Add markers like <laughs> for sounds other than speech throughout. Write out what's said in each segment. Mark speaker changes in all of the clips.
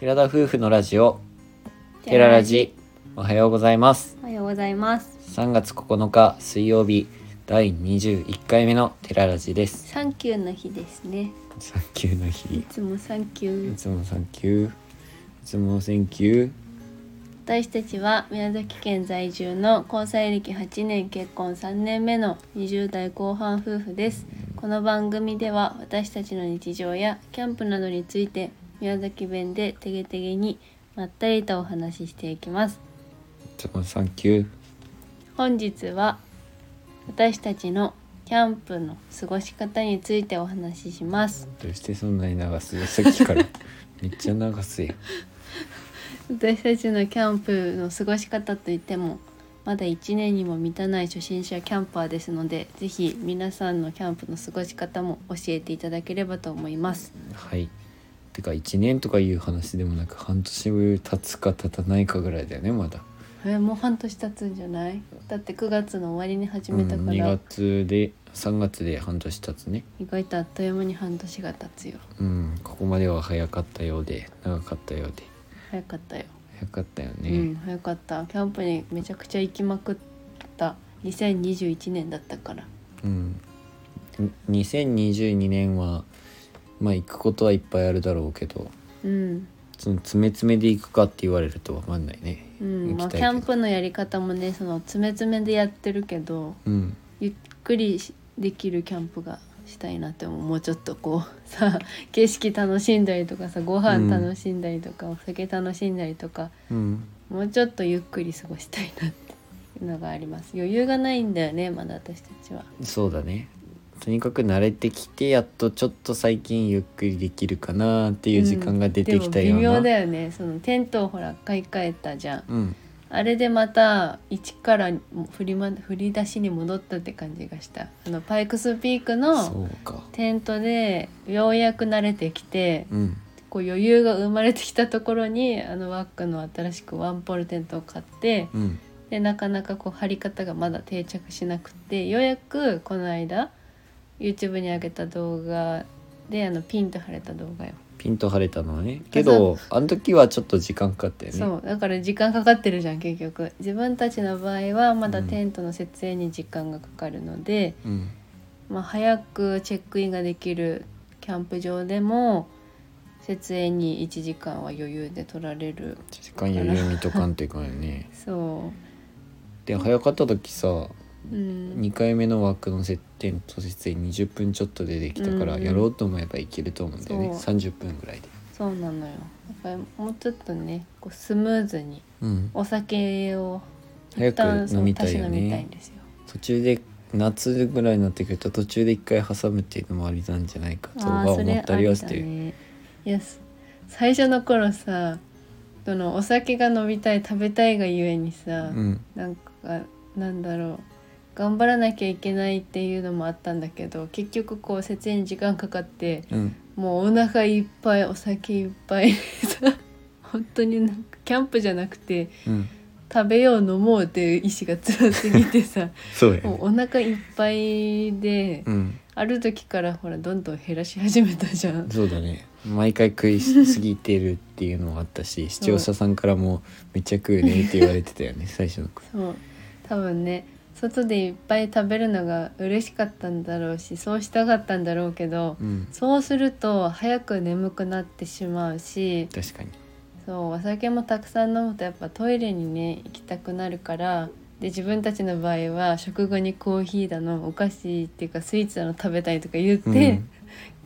Speaker 1: 寺田夫婦のラジオ寺ラジおはようございます
Speaker 2: おはようございます
Speaker 1: 3月9日水曜日第21回目の寺ラジです
Speaker 2: サンキューの日ですね
Speaker 1: サンキューの
Speaker 2: い
Speaker 1: 日
Speaker 2: つもサンキュ
Speaker 1: い
Speaker 2: ー
Speaker 1: つもサンキューいつもセンキュー
Speaker 2: 私たちは宮崎県在住の交際歴8年結婚3年目の20代後半夫婦ですこの番組では私たちの日常やキャンプなどについて宮崎弁でてげてげにまったりとお話ししていきます
Speaker 1: いつもサンキュー
Speaker 2: 本日は私たちのキャンプの過ごし方についてお話しします
Speaker 1: どうしてそんなに流 <laughs> すさっきからめっちゃ流すよ
Speaker 2: 私たちのキャンプの過ごし方といってもまだ1年にも満たない初心者キャンパーですのでぜひ皆さんのキャンプの過ごし方も教えていただければと思います
Speaker 1: はいてか1年とかいう話でもなく半年経つか経たないかぐらいだよねまだ
Speaker 2: えもう半年経つんじゃないだって9月の終わりに始めた
Speaker 1: うん
Speaker 2: か
Speaker 1: 2
Speaker 2: ら
Speaker 1: 月で3月で半年経つね
Speaker 2: 意外とあっという間に半年が経つよ
Speaker 1: うんここまでは早かったようで長かったようで
Speaker 2: 早かったよ、
Speaker 1: 早かったよ
Speaker 2: うん
Speaker 1: ね、
Speaker 2: 早かったキャンプにめちゃくちゃ行きまくった2021年だったから
Speaker 1: うん2022年はまあ行くことはいっぱいあるだろうけど
Speaker 2: うん
Speaker 1: その詰め詰めで行くかって言われると分かんないね、
Speaker 2: うん
Speaker 1: 行
Speaker 2: まあ、
Speaker 1: きた
Speaker 2: キ
Speaker 1: いけど
Speaker 2: ャンプのやり方もねその詰め詰めでやってるけど
Speaker 1: うん
Speaker 2: ゆっくりしできるキャンプがしたいなって思うもうちょっとこうさ景色楽しんだりとかさご
Speaker 1: うん
Speaker 2: 飯楽しんだりとか、お酒楽しんだりとか
Speaker 1: うん
Speaker 2: もうちょっとゆっくり過ごしたいなっていうのがあります余裕がないんだよねまだ私たちは
Speaker 1: そうだねとにかく慣れてきてやっとちょっと最近ゆっくりできるかなっていう時間が出てきたよう
Speaker 2: でも
Speaker 1: な
Speaker 2: 微妙だよねそのテントをほら買い替えたじゃん
Speaker 1: うん
Speaker 2: あれでまた一から振り,、ま、振り出しに戻ったって感じがしたあのパイクスピークの
Speaker 1: そうか
Speaker 2: テントでようやく慣れてきて
Speaker 1: うん
Speaker 2: こう余裕が生まれてきたところにあのワックの新しくワンポールテントを買って
Speaker 1: うん
Speaker 2: でなかなかこう張り方がまだ定着しなくてようやくこの間 YouTube に上げた動画であのピンと張れた動画よ、
Speaker 1: ピンと晴れたのはねけどあの時はちょっと時間かかったよね
Speaker 2: そうだから時間かかってるじゃん結局自分たちの場合はまだテントの設営に時間がかかるので、
Speaker 1: うん
Speaker 2: まあ、早くチェックインができるキャンプ場でも設営に1時間は余裕で取られる
Speaker 1: 時間余裕見とかんといかんよね
Speaker 2: そ
Speaker 1: で早かった時さ
Speaker 2: う、うん、
Speaker 1: 2回目の枠の接点と設営20分ちょっとでできたから、
Speaker 2: うんうん
Speaker 1: やろうと思えばいけると思うんだよね
Speaker 2: そ
Speaker 1: 30分ぐらいで
Speaker 2: そうなのよやっぱりもうちょっとねこうスムーズに
Speaker 1: うん
Speaker 2: お酒を
Speaker 1: 早
Speaker 2: 一旦
Speaker 1: く飲みたいよ
Speaker 2: そうたし飲みたい
Speaker 1: ね
Speaker 2: んですよ
Speaker 1: 途中で夏ぐらいになってくると途中で一回挟むっていうのもありなんじゃないかと
Speaker 2: あ
Speaker 1: は
Speaker 2: あーそ
Speaker 1: 思
Speaker 2: れ
Speaker 1: った
Speaker 2: あ
Speaker 1: りは
Speaker 2: り
Speaker 1: し
Speaker 2: だ
Speaker 1: てる、
Speaker 2: ねいやす最初の頃さそのお酒が飲みたい食べたいがゆえにさ、
Speaker 1: うん
Speaker 2: なんかなんだろう頑張らなきゃいけないっていうのもあったんだけど結局こう節営に時間かかって
Speaker 1: うん
Speaker 2: もうお腹いっぱいお酒いっぱいさ本当になんかキャンプじゃなくて
Speaker 1: うん
Speaker 2: 食べよう飲もうっていう意志が強す
Speaker 1: <laughs>
Speaker 2: ぎてさ
Speaker 1: そうや
Speaker 2: も
Speaker 1: ね
Speaker 2: うお腹いっぱいで
Speaker 1: うん
Speaker 2: ある時からほらどんどん減らし始めたじゃん。
Speaker 1: そうだね毎回食いすぎてるっていうのもあったし視聴者さんからも「めっちゃ食うね」って言われてたよね最初の頃
Speaker 2: そう多分ね外でいっぱい食べるのが嬉しかったんだろうしそうしたかったんだろうけど、
Speaker 1: うん
Speaker 2: そうすると早く眠くなってしまうし
Speaker 1: 確かに
Speaker 2: そうお酒もたくさん飲むとやっぱトイレにね行きたくなるからで自分たちの場合は食後にコーヒーだのお菓子っていうかスイーツだの食べたいとか言っ
Speaker 1: う
Speaker 2: て、
Speaker 1: ん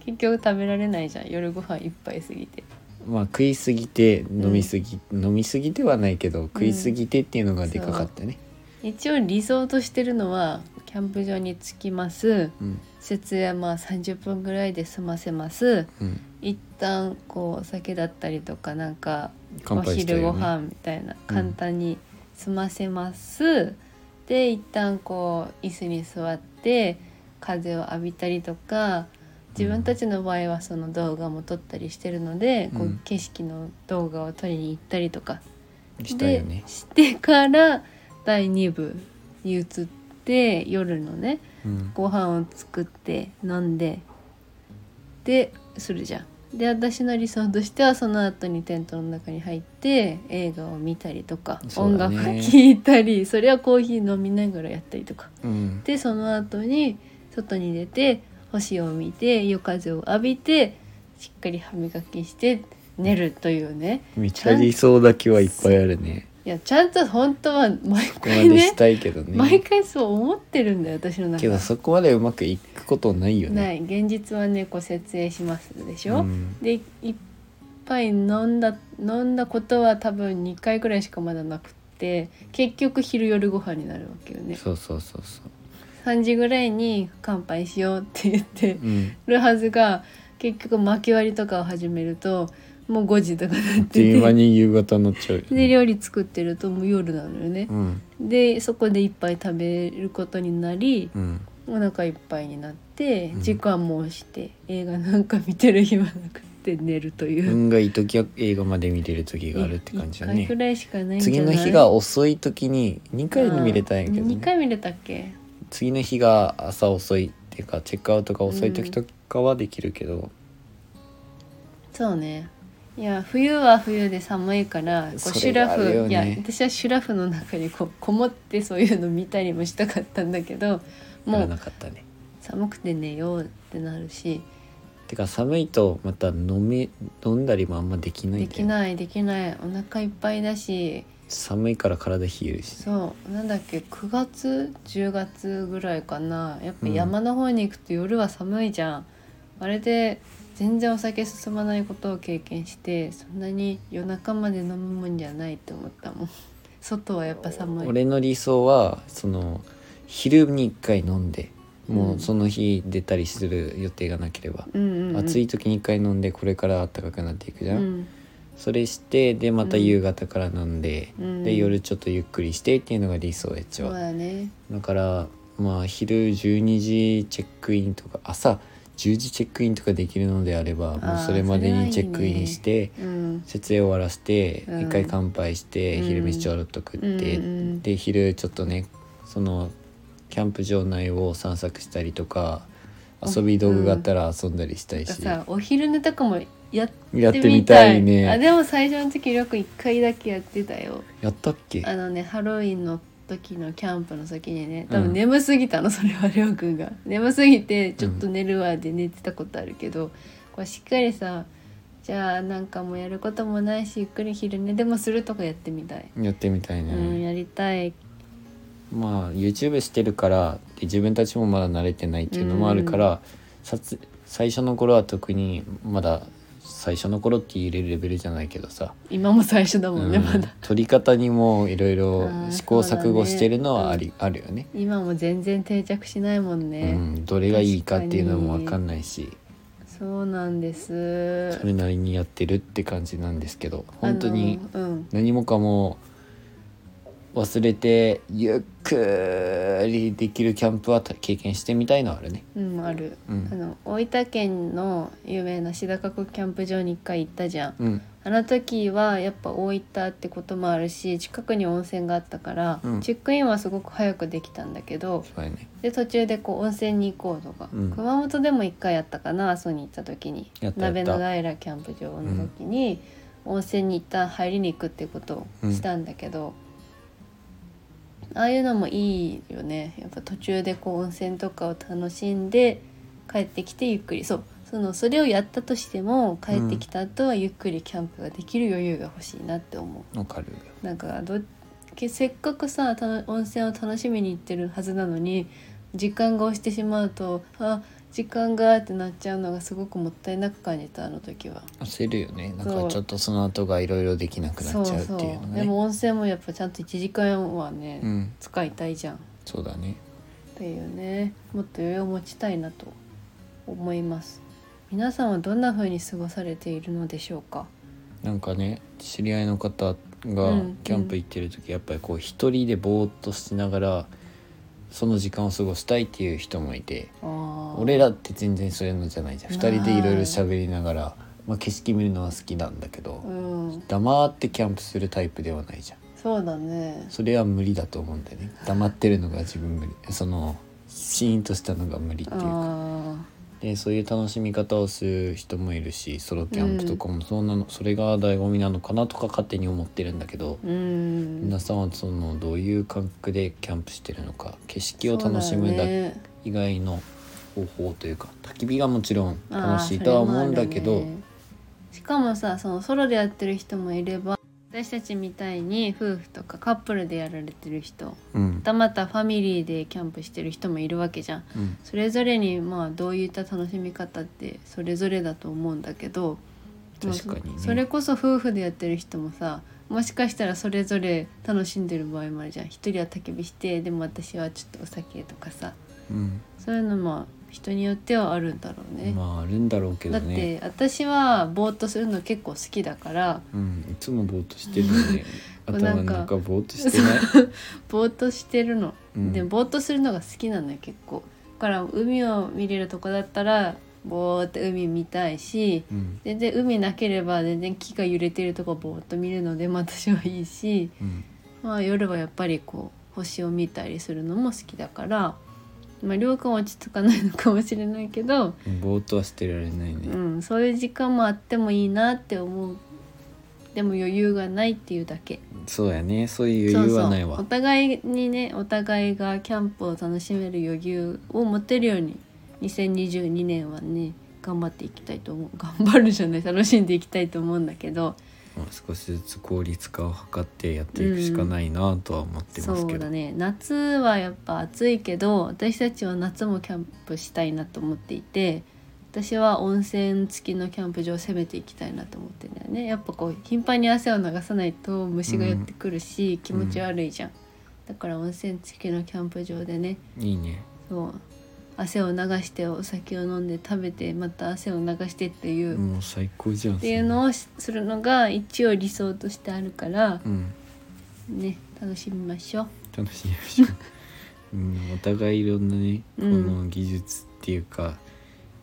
Speaker 2: 結局食べられないじゃん夜ご飯いっぱい過ぎて。
Speaker 1: まあ食いすぎて飲みすぎ、飲みすぎではないけど食いすぎてっていうのがでかかったね
Speaker 2: 一応理想としてるのはキャンプ場に着きます
Speaker 1: うん
Speaker 2: 設営はまあ30分ぐらいで済ませます
Speaker 1: うん
Speaker 2: 一旦こうお酒だったりとかなんか
Speaker 1: 乾杯したよね
Speaker 2: お昼ご飯みたいな簡単に済ませます、で一旦こう椅子に座って風を浴びたりとか自分たちの場合はその動画も撮ったりしてるので、こ
Speaker 1: う
Speaker 2: うん景色の動画を撮りに行ったりとか
Speaker 1: したよね
Speaker 2: でしてから第2部に移って夜のね
Speaker 1: うん
Speaker 2: ご飯を作って飲んででするじゃんで私の理想としてはその後にテントの中に入って映画を見たりとか、
Speaker 1: そう
Speaker 2: 音
Speaker 1: だ
Speaker 2: 楽
Speaker 1: ね
Speaker 2: 聴いたりそれはコーヒー飲みながらやったりとか
Speaker 1: うん
Speaker 2: でその後に外に出て星を見て夜風を浴びてしっかり歯磨きして寝るというね
Speaker 1: めっちゃ理想だけはいっぱいあるね
Speaker 2: いやちゃんと本当は毎
Speaker 1: ここま
Speaker 2: 回
Speaker 1: で
Speaker 2: ね
Speaker 1: したいけどね
Speaker 2: 毎回そう思ってるんだよ私の中
Speaker 1: けどそこまでうまくいくことないよね
Speaker 2: ない現実はねこう設営しますでし
Speaker 1: う
Speaker 2: ょ、
Speaker 1: ん
Speaker 2: で一杯飲んだ飲んだことは多分2回ぐらいしかまだなくって結局昼夜ご飯になるわけよね
Speaker 1: そうそうそうそ
Speaker 2: 3時ぐらいに乾杯しようって言って
Speaker 1: ううん
Speaker 2: るはずが結局薪割りとかを始めるともう5時とかなっ
Speaker 1: っていう間
Speaker 2: て
Speaker 1: に夕方になっちゃうよ
Speaker 2: てで料理作ってるともう夜なのよね
Speaker 1: う、ん
Speaker 2: でそこで一杯食べることになり
Speaker 1: うん
Speaker 2: お腹いっぱいになって
Speaker 1: うん
Speaker 2: 時間も押して映画なんか見てる暇なくって寝るという、
Speaker 1: 運がいい時は映画まで見てる時があるって感じだ
Speaker 2: 一回ぐ
Speaker 1: ね
Speaker 2: らいしかないんじゃ
Speaker 1: 次
Speaker 2: ない
Speaker 1: の日が遅い時に2回見れたんやけど、
Speaker 2: あー二
Speaker 1: ね、
Speaker 2: 回見れたっけ
Speaker 1: 次の日が朝遅いっていうかチェックアウトが遅い時とかはできるけど、
Speaker 2: そうねいや冬は冬で寒いからこうシ
Speaker 1: それ
Speaker 2: ュラ
Speaker 1: があ
Speaker 2: フ、
Speaker 1: るよね
Speaker 2: いや私はシュラフの中にこうこもってそういうの見たりもしたかったんだけど
Speaker 1: や
Speaker 2: も
Speaker 1: らな
Speaker 2: う
Speaker 1: かったね
Speaker 2: 寒くて寝ようってなるし、
Speaker 1: てか寒いとまた飲め飲んだりもあんまできない
Speaker 2: で
Speaker 1: んだ
Speaker 2: き
Speaker 1: よね
Speaker 2: ないできないお腹いっぱいだし
Speaker 1: 寒いから体冷えるし
Speaker 2: そうなんだっけ9月10月ぐらいかなやっぱ
Speaker 1: うん
Speaker 2: 山の方に行くと夜は寒いじゃん、あれで全然お酒進まないことを経験してそんなに夜中まで飲むもんじゃないって思ったもん <laughs> 外はやっぱ寒い
Speaker 1: 俺の理想はその昼に1回飲んでも
Speaker 2: うん
Speaker 1: うその日出たりする予定がなければ、
Speaker 2: うんうんうん、
Speaker 1: 暑い時に1回飲んでこれから暖かくなっていくじ
Speaker 2: う
Speaker 1: ゃん、
Speaker 2: ん
Speaker 1: それしてでまた夕方から飲んで、
Speaker 2: うん
Speaker 1: で夜ちょっとゆっくりしてっていうのが理想やっち
Speaker 2: そう
Speaker 1: は、
Speaker 2: だね
Speaker 1: だからまあ昼12時チェックインとか朝10時チェックインとかできるのであればもうそれまでにチェックインして
Speaker 2: うん
Speaker 1: 設営終わらせて、
Speaker 2: うん
Speaker 1: 一回乾杯して、
Speaker 2: うん
Speaker 1: 昼飯ちょろっと食って、
Speaker 2: うんうん
Speaker 1: で昼ちょっとねそのキャンプ場内を散策したりとか遊び道具があったら遊んだりしたい
Speaker 2: だ
Speaker 1: し、
Speaker 2: からさお昼寝とかもやっ
Speaker 1: やってて
Speaker 2: み
Speaker 1: み
Speaker 2: た
Speaker 1: た
Speaker 2: い
Speaker 1: いね
Speaker 2: あでも最初の時よく1回だけやってたよ
Speaker 1: やったっけ
Speaker 2: あのねハロウィンの時のキャンプの先にね多
Speaker 1: う
Speaker 2: 分
Speaker 1: ん
Speaker 2: 眠すぎたの、それはりょうくんが眠すぎてちょっと寝るわで寝てたことあるけど、こうしっかりさじゃあなんかもうやることもないしゆっくり昼寝でもするとかやってみたい、
Speaker 1: やってみたい
Speaker 2: うん
Speaker 1: ね、
Speaker 2: やりたい
Speaker 1: まあ YouTube してるからで自分たちもまだ慣れてないっていうのもあるから、さつ最初の頃は特にまだ最初の頃って言えるレベルじゃないけどさ、
Speaker 2: 今も最初だもんね、
Speaker 1: うん
Speaker 2: まだ
Speaker 1: 撮り方にもいろいろ
Speaker 2: あー
Speaker 1: 試行錯誤してるのはあり、あるよね。
Speaker 2: 今も全然定着しないもんね、
Speaker 1: うん、どれがいいかっていうのも分かんないし
Speaker 2: そうなんです
Speaker 1: それなりにやってるって感じなんですけど本当に
Speaker 2: あのうん
Speaker 1: 何もかも忘れてゆっくりできるキャンプは経験してみたいのはあるね。
Speaker 2: うんある、
Speaker 1: うん
Speaker 2: あの大分県の有名な志高湖キャンプ場に一回行ったじゃん
Speaker 1: うん
Speaker 2: あの時はやっぱ大分ってこともあるし近くに温泉があったから、
Speaker 1: うん
Speaker 2: チェックインはすごく早くできたんだけど
Speaker 1: そうやね
Speaker 2: で途中でこう温泉に行こうとか、
Speaker 1: うん
Speaker 2: 熊本でも一回やったかな阿蘇に行った時に
Speaker 1: やったやった
Speaker 2: 鍋の平キャンプ場の時に、温泉に一旦入りに行くってことをしたんだけど、ああいうのもいいよねやっぱ途中でこう温泉とかを楽しんで帰ってきてゆっくりそうそのそれをやったとしても帰ってきた後はゆっくりキャンプができる余裕が欲しいなって思う。
Speaker 1: わかるよ
Speaker 2: なんかどけせっかくさたの温泉を楽しみに行ってるはずなのに時間が押してしまうとあ時間がってなっちゃうのがすごくもったいなく感じたあの時は。
Speaker 1: 焦るよねなん
Speaker 2: そ
Speaker 1: か
Speaker 2: う
Speaker 1: ちょっとその後がいろいろできなくな
Speaker 2: そ
Speaker 1: っちゃうって
Speaker 2: そ
Speaker 1: いうの
Speaker 2: で
Speaker 1: ね
Speaker 2: も温泉もやっぱちゃんと1時間はね、
Speaker 1: うん
Speaker 2: 使いたいじゃんっ
Speaker 1: そうだね
Speaker 2: ていうねもっと余裕を持ちたいなと思います。皆さんはどんな風に過ごされているのでしょうか。
Speaker 1: なんかね知り合いの方がキ
Speaker 2: うん
Speaker 1: ャンプ行ってる時やっぱりこう一人でぼーっとしながらその時間を過ごしたいっていう人もいて俺
Speaker 2: 俺
Speaker 1: らって全然そういうのじゃないじゃん2
Speaker 2: ない
Speaker 1: 人でいろいろ喋りながら、まあ、景色見るのは好きなんだけど
Speaker 2: うん、
Speaker 1: 黙ってキャンプするタイプではないじゃん
Speaker 2: そうだね。
Speaker 1: それは無理だと思うんだよね黙ってるのが自分無理そのシーンとしたのが無理っていうか
Speaker 2: あ
Speaker 1: でそういう楽しみ方をする人もいるしソロキャンプとかもそんなの、それが醍醐味なのかなとか勝手に思ってるんだけど、
Speaker 2: うん
Speaker 1: 皆さんはそのどういう感覚でキャンプしてるのか景色を楽しむ
Speaker 2: そう
Speaker 1: だ
Speaker 2: だよね
Speaker 1: 以外の方法というか焚き火がもちろん
Speaker 2: あー
Speaker 1: 楽しいとは
Speaker 2: それも
Speaker 1: 思
Speaker 2: ある
Speaker 1: うんだけど、
Speaker 2: ねしかもさそのソロでやってる人もいれば私たちみたいに夫婦とかカップルでやられてる人ま
Speaker 1: うん
Speaker 2: たまたファミリーでキャンプしてる人もいるわけじゃん
Speaker 1: うん
Speaker 2: それぞれにまあどういった楽しみ方ってそれぞれだと思うんだけどまあ
Speaker 1: 確かにね
Speaker 2: そそれこそ夫婦でやってる人もさもしかしたらそれぞれ楽しんでる場合もあるじゃん一人は焚き火してでも私はちょっとお酒とかさ
Speaker 1: うん
Speaker 2: そういうのも人によってはあるんだろうね。
Speaker 1: まああるんだろうけ
Speaker 2: だ
Speaker 1: どね
Speaker 2: って私はぼーっとするの結構好きだから
Speaker 1: うん、いつもぼーっとしてるよね
Speaker 2: こう
Speaker 1: 頭の
Speaker 2: <laughs> なん
Speaker 1: 中
Speaker 2: か
Speaker 1: ぼーっとしてない
Speaker 2: ぼーっとしてるの、
Speaker 1: うん
Speaker 2: でぼーっとするのが好きなのよ結構だから海を見れるとこだったらぼーって海見たいし
Speaker 1: うん
Speaker 2: 全然海なければ全然木が揺れてるとこぼーっと見るのでまあ私はいいし、
Speaker 1: うん
Speaker 2: まあ、夜はやっぱりこう星を見たりするのも好きだからまありょうくんは落ち着かないのかもしれないけど、
Speaker 1: ぼーっとはしてられないね、
Speaker 2: うん、そういう時間もあってもいいなって思うでも余裕がないっていうだけ
Speaker 1: そうやねそういう余裕はないわ
Speaker 2: そうそうお互いにねお互いがキャンプを楽しめる余裕を持てるように2022年はね頑張っていきたいと思う頑張るじゃない楽しんでいきたいと思うんだけど
Speaker 1: まあ少しずつ効率化を図ってやっていくしかないなとは思ってま
Speaker 2: そ
Speaker 1: すけ
Speaker 2: う
Speaker 1: ど、
Speaker 2: だね夏はやっぱ暑いけど私たちは夏もキャンプしたいなと思っていて私は温泉付きのキャンプ場を攻めていきたいなと思ってんだよねやっぱこう頻繁に汗を流さないと虫が寄ってくるし、気持ち悪いじゃん、だから温泉付きのキャンプ場でね
Speaker 1: いいね
Speaker 2: そう汗を流してお酒を飲んで食べてまた汗を流してっていう、っ
Speaker 1: もう最高じゃん
Speaker 2: ていうのをしするのが一応理想としてあるから
Speaker 1: そんなうん
Speaker 2: ね楽しみましょう。
Speaker 1: 楽しみましょう、 <laughs> うん、お互いいろんなねこ
Speaker 2: うん
Speaker 1: の技術っていうか、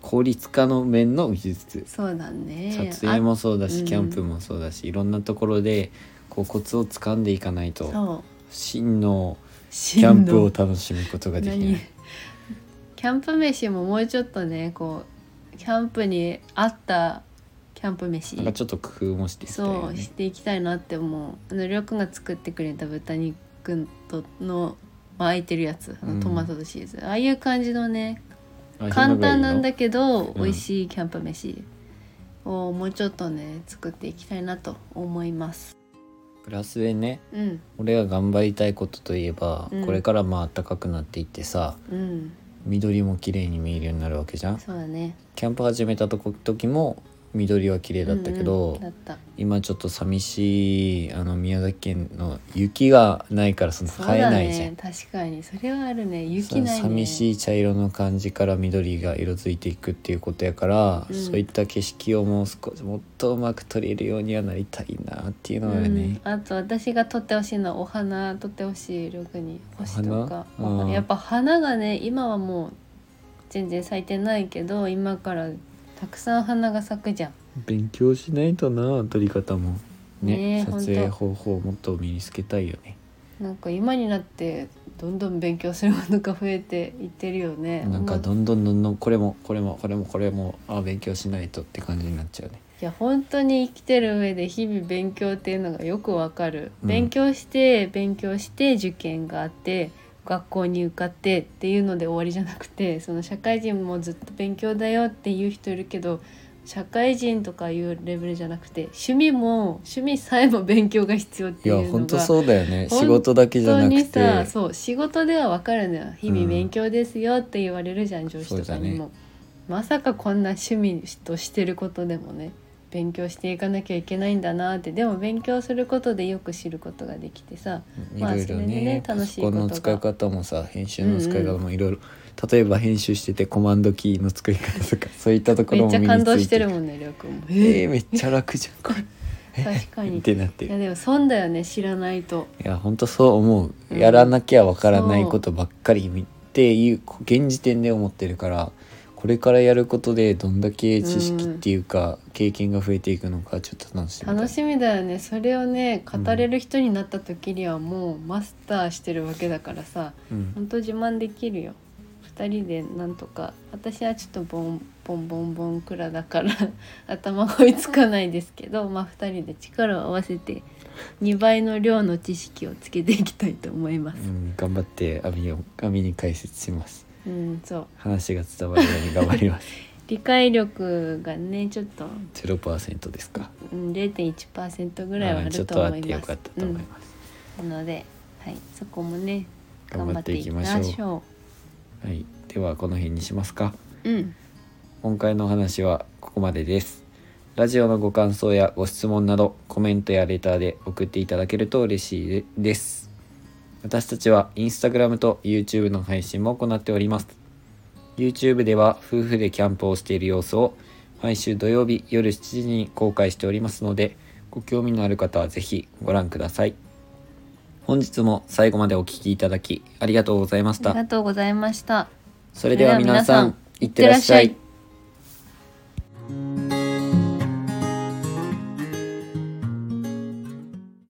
Speaker 1: 効率化の面の技術
Speaker 2: そうだね
Speaker 1: 撮影もそうだし、
Speaker 2: うん
Speaker 1: キャンプもそうだしいろんなところでこうコツをつかんでいかない
Speaker 2: あ
Speaker 1: と
Speaker 2: そう
Speaker 1: 真の
Speaker 2: キ
Speaker 1: キャンプを楽しむことができない
Speaker 2: キャンプ飯ももうちょっとねこうキャンプに合ったキャンプ飯
Speaker 1: なんかちょっと工夫もしていきたい
Speaker 2: そ
Speaker 1: よ
Speaker 2: う
Speaker 1: ね
Speaker 2: していきたいなって思うあのりょうくんが作ってくれた豚肉との巻いてるやつあ
Speaker 1: う
Speaker 2: の
Speaker 1: ん
Speaker 2: トマトとシーズン、ああいう感じのね
Speaker 1: あ
Speaker 2: 簡単なん
Speaker 1: い
Speaker 2: だ
Speaker 1: い
Speaker 2: けど、
Speaker 1: うん
Speaker 2: 美味しいキャンプ飯をもうちょっとね作っていきたいなと思います
Speaker 1: のプラスでね
Speaker 2: うん
Speaker 1: 俺が頑張りたいことといえば、
Speaker 2: うん
Speaker 1: これからまあ暖かくなっていってさ
Speaker 2: うん
Speaker 1: 緑も綺麗に見えるようになるわけじゃん
Speaker 2: そうだね
Speaker 1: キャンプ始めたとこ時も緑は綺麗だったけど、
Speaker 2: うんうんだった
Speaker 1: 今ちょっと寂しいあの宮崎県の雪がないからその
Speaker 2: そう
Speaker 1: 生え
Speaker 2: だ
Speaker 1: ないじゃん、
Speaker 2: ね確かにそれはあるね
Speaker 1: そ
Speaker 2: 雪
Speaker 1: の
Speaker 2: ないね
Speaker 1: 寂しい茶色の感じから緑が色づいていくっていうことやから、
Speaker 2: うん
Speaker 1: そういった景色をもう少しもっとうまく撮れるようにはなりたいなっていうのは
Speaker 2: うん
Speaker 1: ね、、
Speaker 2: あと私が撮ってほしいのはお花撮ってほしいりょうくんに星とか
Speaker 1: お花
Speaker 2: お花
Speaker 1: うん
Speaker 2: やっぱ花がね今はもう全然咲いてないけど今からたくさん花が咲くじゃん
Speaker 1: 勉強しないとな撮り方もね
Speaker 2: ねえ
Speaker 1: 撮
Speaker 2: ほ
Speaker 1: 影
Speaker 2: んと
Speaker 1: 方法をもっと身につけたいよね
Speaker 2: なんか今になってどんどん勉強するものが増えていってるよね
Speaker 1: なんか
Speaker 2: ほ
Speaker 1: どんどんどんどんこれもこれもこれもこれもあ勉強しないとって感じになっちゃうね
Speaker 2: いや本当に生きてる上で日々勉強っていうのがよくわかる、
Speaker 1: うん
Speaker 2: 勉強して勉強して受験があって学校に受かってっていうので終わりじゃなくてその社会人もずっと勉強だよっていう人いるけど社会人とかいうレベルじゃなくて趣味も趣味さえも勉強が必要って
Speaker 1: い
Speaker 2: い
Speaker 1: や
Speaker 2: うの
Speaker 1: 本当
Speaker 2: が
Speaker 1: そうだよね
Speaker 2: ほん
Speaker 1: 仕事だけじゃな
Speaker 2: 本当に
Speaker 1: く
Speaker 2: さ
Speaker 1: て
Speaker 2: そう仕事ではわかるのよ日々勉強ですよって言われるじゃん、上司とかに
Speaker 1: そ
Speaker 2: も、まさかこんな趣味としてることでもね勉強していかなきゃいけないんだなってでも勉強することでよく知ることができてさ
Speaker 1: い
Speaker 2: ま
Speaker 1: ろ
Speaker 2: あ
Speaker 1: いろ
Speaker 2: それで
Speaker 1: ね,、
Speaker 2: ね
Speaker 1: パ
Speaker 2: 楽し
Speaker 1: ソ
Speaker 2: いこ
Speaker 1: コ
Speaker 2: と
Speaker 1: ン
Speaker 2: が
Speaker 1: の使い方もさ編集の使い方もいろいろ、例えば編集しててコマンドキーの使い方
Speaker 2: <laughs>
Speaker 1: とかそういったとこ
Speaker 2: め
Speaker 1: ろ
Speaker 2: っ
Speaker 1: も
Speaker 2: ち
Speaker 1: 身
Speaker 2: ゃ
Speaker 1: について
Speaker 2: 感動してるもんねりょうくんも。
Speaker 1: えー、めっちゃ楽じゃんこれ
Speaker 2: 確かに
Speaker 1: ってなって
Speaker 2: い
Speaker 1: る
Speaker 2: やでも損だよね知らないと。
Speaker 1: いや本当そう思う、
Speaker 2: うん
Speaker 1: やらなきゃわからないことばっかり見っていう現時点で思ってるからこれからやることでどんだけ知識っていうか、経験が増えていくのかちょっと楽しみだ
Speaker 2: 楽しみだよねそれをね語れる人になった時にはもうマスターしてるわけだからさ
Speaker 1: うん
Speaker 2: 本当自慢できるよ2人でなんとか私はちょっとボンボンボンボンクラだから <laughs> 頭が追いつかないですけどまあ2人で力を合わせて2倍の量の知識をつけていきたいと思います
Speaker 1: う。ん、頑張って網を網に解説します
Speaker 2: うん、そう
Speaker 1: 話が伝わるように頑張ります
Speaker 2: 理解力がねちょっと、
Speaker 1: 0%ですか
Speaker 2: うん、0.1%ぐらいはあ
Speaker 1: うんちょ
Speaker 2: る
Speaker 1: っ
Speaker 2: と
Speaker 1: とあっ
Speaker 2: 思い
Speaker 1: てよ
Speaker 2: ま
Speaker 1: かっ
Speaker 2: す
Speaker 1: た。と思います、
Speaker 2: うんなので、はい、そこもね頑
Speaker 1: 頑
Speaker 2: 張
Speaker 1: 張
Speaker 2: っ
Speaker 1: ってて
Speaker 2: い
Speaker 1: い
Speaker 2: き
Speaker 1: き
Speaker 2: ま
Speaker 1: ま
Speaker 2: し
Speaker 1: し
Speaker 2: ょ
Speaker 1: ょ
Speaker 2: う。
Speaker 1: うはい、ではこの辺にしますか
Speaker 2: うん、
Speaker 1: 今回のお話はここまでですラジオのご感想やご質問などコメントやレターで送っていただけると嬉しいでです私たちはインスタグラムと YouTube の配信も行っております YouTube では夫婦でキャンプをしている様子を毎週土曜日夜7時に公開しておりますのでご興味のある方はぜひご覧ください本日も最後までお聞きいただきありがとうございまし
Speaker 2: あり
Speaker 1: た
Speaker 2: がとうございました。
Speaker 1: それでは皆さん
Speaker 2: い
Speaker 1: い
Speaker 2: っ
Speaker 1: ってて
Speaker 2: ら
Speaker 1: ら
Speaker 2: っ
Speaker 1: っ
Speaker 2: し
Speaker 1: し
Speaker 2: ゃ
Speaker 1: ゃ
Speaker 2: い
Speaker 1: い